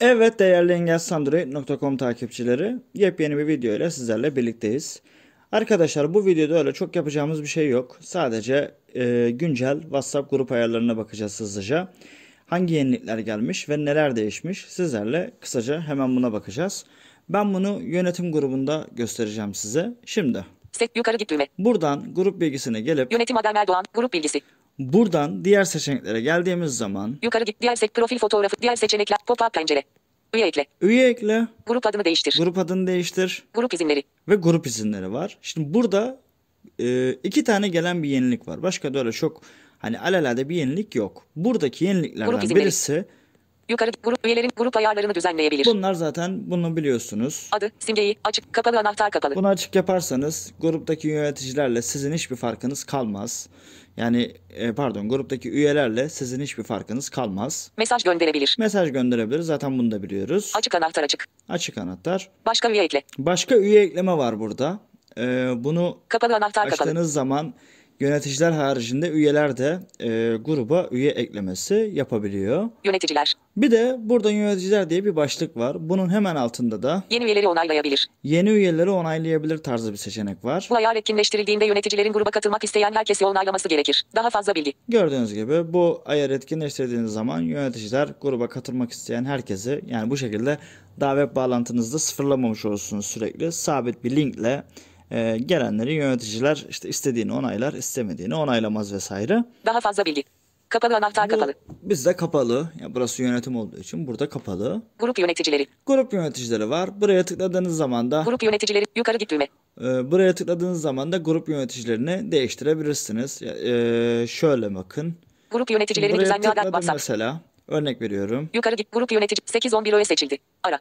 Evet değerli engelsandroid.com takipçileri yepyeni bir video ile sizlerle birlikteyiz. Arkadaşlar bu videoda öyle çok yapacağımız bir şey yok. Sadece e, güncel WhatsApp grup ayarlarına bakacağız hızlıca. Hangi yenilikler gelmiş ve neler değişmiş sizlerle kısaca hemen buna bakacağız. Ben bunu yönetim grubunda göstereceğim size. Şimdi Set yukarı git düğme. buradan grup bilgisine gelip Yönetim Adem Erdoğan. Grup bilgisi. buradan diğer seçeneklere geldiğimiz zaman Yukarı git. Diğer sek profil fotoğrafı. Diğer seçenekler. Pop-up pencere. Üye ekle. üye ekle, Grup adını değiştir. grup adını değiştir, Grup izinleri. ve grup izinleri var. Şimdi burada e, iki tane gelen bir yenilik var. Başka da öyle çok hani alelade bir yenilik yok. Buradaki Grup yeniliklerden izinleri. birisi Yukarı git. Grup üyelerin grup ayarlarını düzenleyebilir. bunlar zaten bunu biliyorsunuz. Adı, simgeyi, açık, kapalı, anahtar kapalı. Bunu açık yaparsanız gruptaki yöneticilerle sizin hiçbir farkınız kalmaz. Yani e, pardon gruptaki üyelerle sizin hiçbir farkınız kalmaz. Mesaj gönderebilir. Mesaj gönderebilir zaten bunu da biliyoruz. Açık anahtar açık. Açık anahtar. Başka üye ekle. Başka üye ekleme var burada. E, bunu Kapalı anahtar kapalı. açtığınız zaman yöneticiler haricinde üyeler de e, gruba üye eklemesi yapabiliyor. Yöneticiler. Bir de burada yöneticiler diye bir başlık var. Bunun hemen altında da Yeni üyeleri onaylayabilir. yeni üyeleri onaylayabilir tarzı bir seçenek var. Bu ayar etkinleştirildiğinde yöneticilerin gruba katılmak isteyen herkesi onaylaması gerekir. Daha fazla bilgi. Gördüğünüz gibi bu ayarı etkinleştirdiğiniz zaman yöneticiler gruba katılmak isteyen herkesi yani bu şekilde davet bağlantınızda sıfırlamamış olursunuz sürekli. Sabit bir linkle e, gelenleri yöneticiler işte istediğini onaylar, istemediğini onaylamaz vesaire. Daha fazla bilgi. Kapalı anahtar Bu kapalı. Bizde kapalı. Ya burası yönetim olduğu için burada kapalı. Grup yöneticileri. Grup yöneticileri var. Buraya tıkladığınız zaman da Grup yöneticileri. Yukarı git düğme. e, buraya tıkladığınız zaman da grup yöneticilerini değiştirebilirsiniz. Ya, e, şöyle bakın. Grup yöneticilerini Buraya düzenli adet tıkladım WhatsApp. mesela. Örnek veriyorum. Yukarı git grup yönetici 811 öğe seçildi. Ara.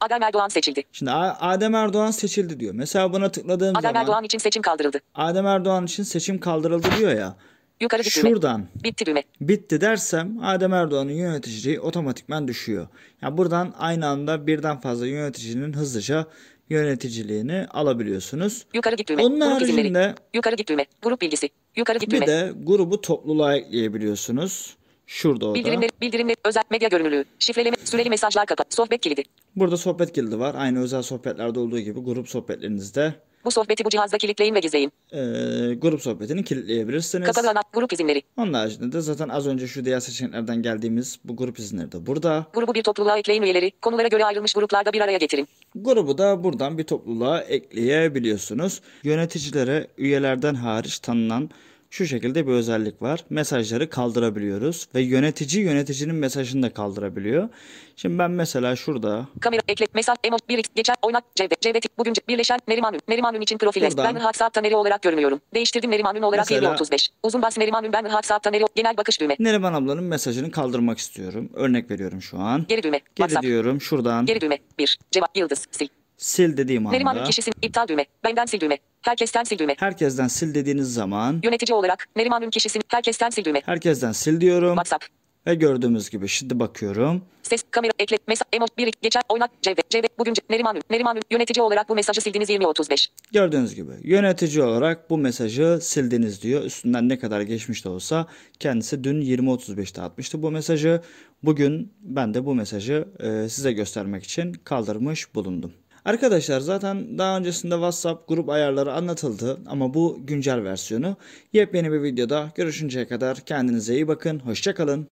Adem Erdoğan seçildi. Şimdi A- Adem Erdoğan seçildi diyor. Mesela buna tıkladığım Adem zaman Erdoğan için seçim kaldırıldı. Adem Erdoğan için seçim kaldırıldı diyor ya. Yukarı git düğme. Şuradan Bitti düğme. bitti dersem Adem Erdoğan'ın yöneticiliği otomatikman düşüyor. Yani buradan aynı anda birden fazla yöneticinin hızlıca yöneticiliğini alabiliyorsunuz. Yukarı git düğme. Onun grup izinleri. haricinde Yukarı git düğme. Grup bilgisi. Yukarı git bir düğme. de grubu topluluğa ekleyebiliyorsunuz. Şurada o da. Bildirimler, bildirimler, özel medya görünürlüğü, şifreleme, süreli mesajlar kapat, sohbet kilidi. Burada sohbet kilidi var. Aynı özel sohbetlerde olduğu gibi grup sohbetlerinizde Bu sohbeti bu cihazda kilitleyin ve gizleyin. eee, grup sohbetini kilitleyebilirsiniz. Kapalı ana, grup izinleri. Onun haricinde de zaten az önce şu diğer seçeneklerden geldiğimiz bu grup izinleri de burada. Grubu bir topluluğa ekleyin üyeleri, konulara göre ayrılmış gruplarda bir araya getirin. Grubu da buradan bir topluluğa ekleyebiliyorsunuz. Yöneticilere üyelerden hariç tanınan şu şekilde bir özellik var. Mesajları kaldırabiliyoruz ve yönetici yöneticinin mesajını da kaldırabiliyor. Şimdi ben mesela şurada Kamera, ekle, mesaj, emo, bir, geçen, oynat, cevdet, cevdet, bugün ce- birleşen, Neriman Ün, Neriman Ün için profil rest. Buradan. Ben WhatsApp'ta Neri olarak görünüyorum. Değiştirdim Neriman Ün olarak Mesela- 735. Uzun bas Neriman Ün, ben WhatsApp'ta Neri, genel bakış düğme. Neriman ablanın mesajını kaldırmak istiyorum. Örnek veriyorum şu an. Geri düğme. Geri WhatsApp. diyorum şuradan Geri düğme. 1. Cevap. Yıldız. Sil. sil dediğim Neriman'ın anda kişisi. iptal düğme. Benden sil düğme. Herkesten sil düğme. herkesten sil dediğiniz zaman Yönetici olarak Neriman'ın kişisini herkesten sil düğme. herkesten sil diyorum WhatsApp. ve gördüğümüz gibi şimdi bakıyorum. Ses, kamera, ekle, mesaj, emo, bir, geçen, oynat, CV, CV, bugün, ce- Neriman Ün, Neriman Ün, yönetici olarak bu mesajı sildiniz 2035. Gördüğünüz gibi yönetici olarak bu mesajı sildiniz diyor. Üstünden ne kadar geçmiş de olsa kendisi dün 20.35'te atmıştı bu mesajı. Bugün ben de bu mesajı e, size göstermek için kaldırmış bulundum. Arkadaşlar zaten daha öncesinde WhatsApp grup ayarları anlatıldı ama bu güncel versiyonu. Yepyeni bir videoda görüşünceye kadar kendinize iyi bakın. Hoşçakalın.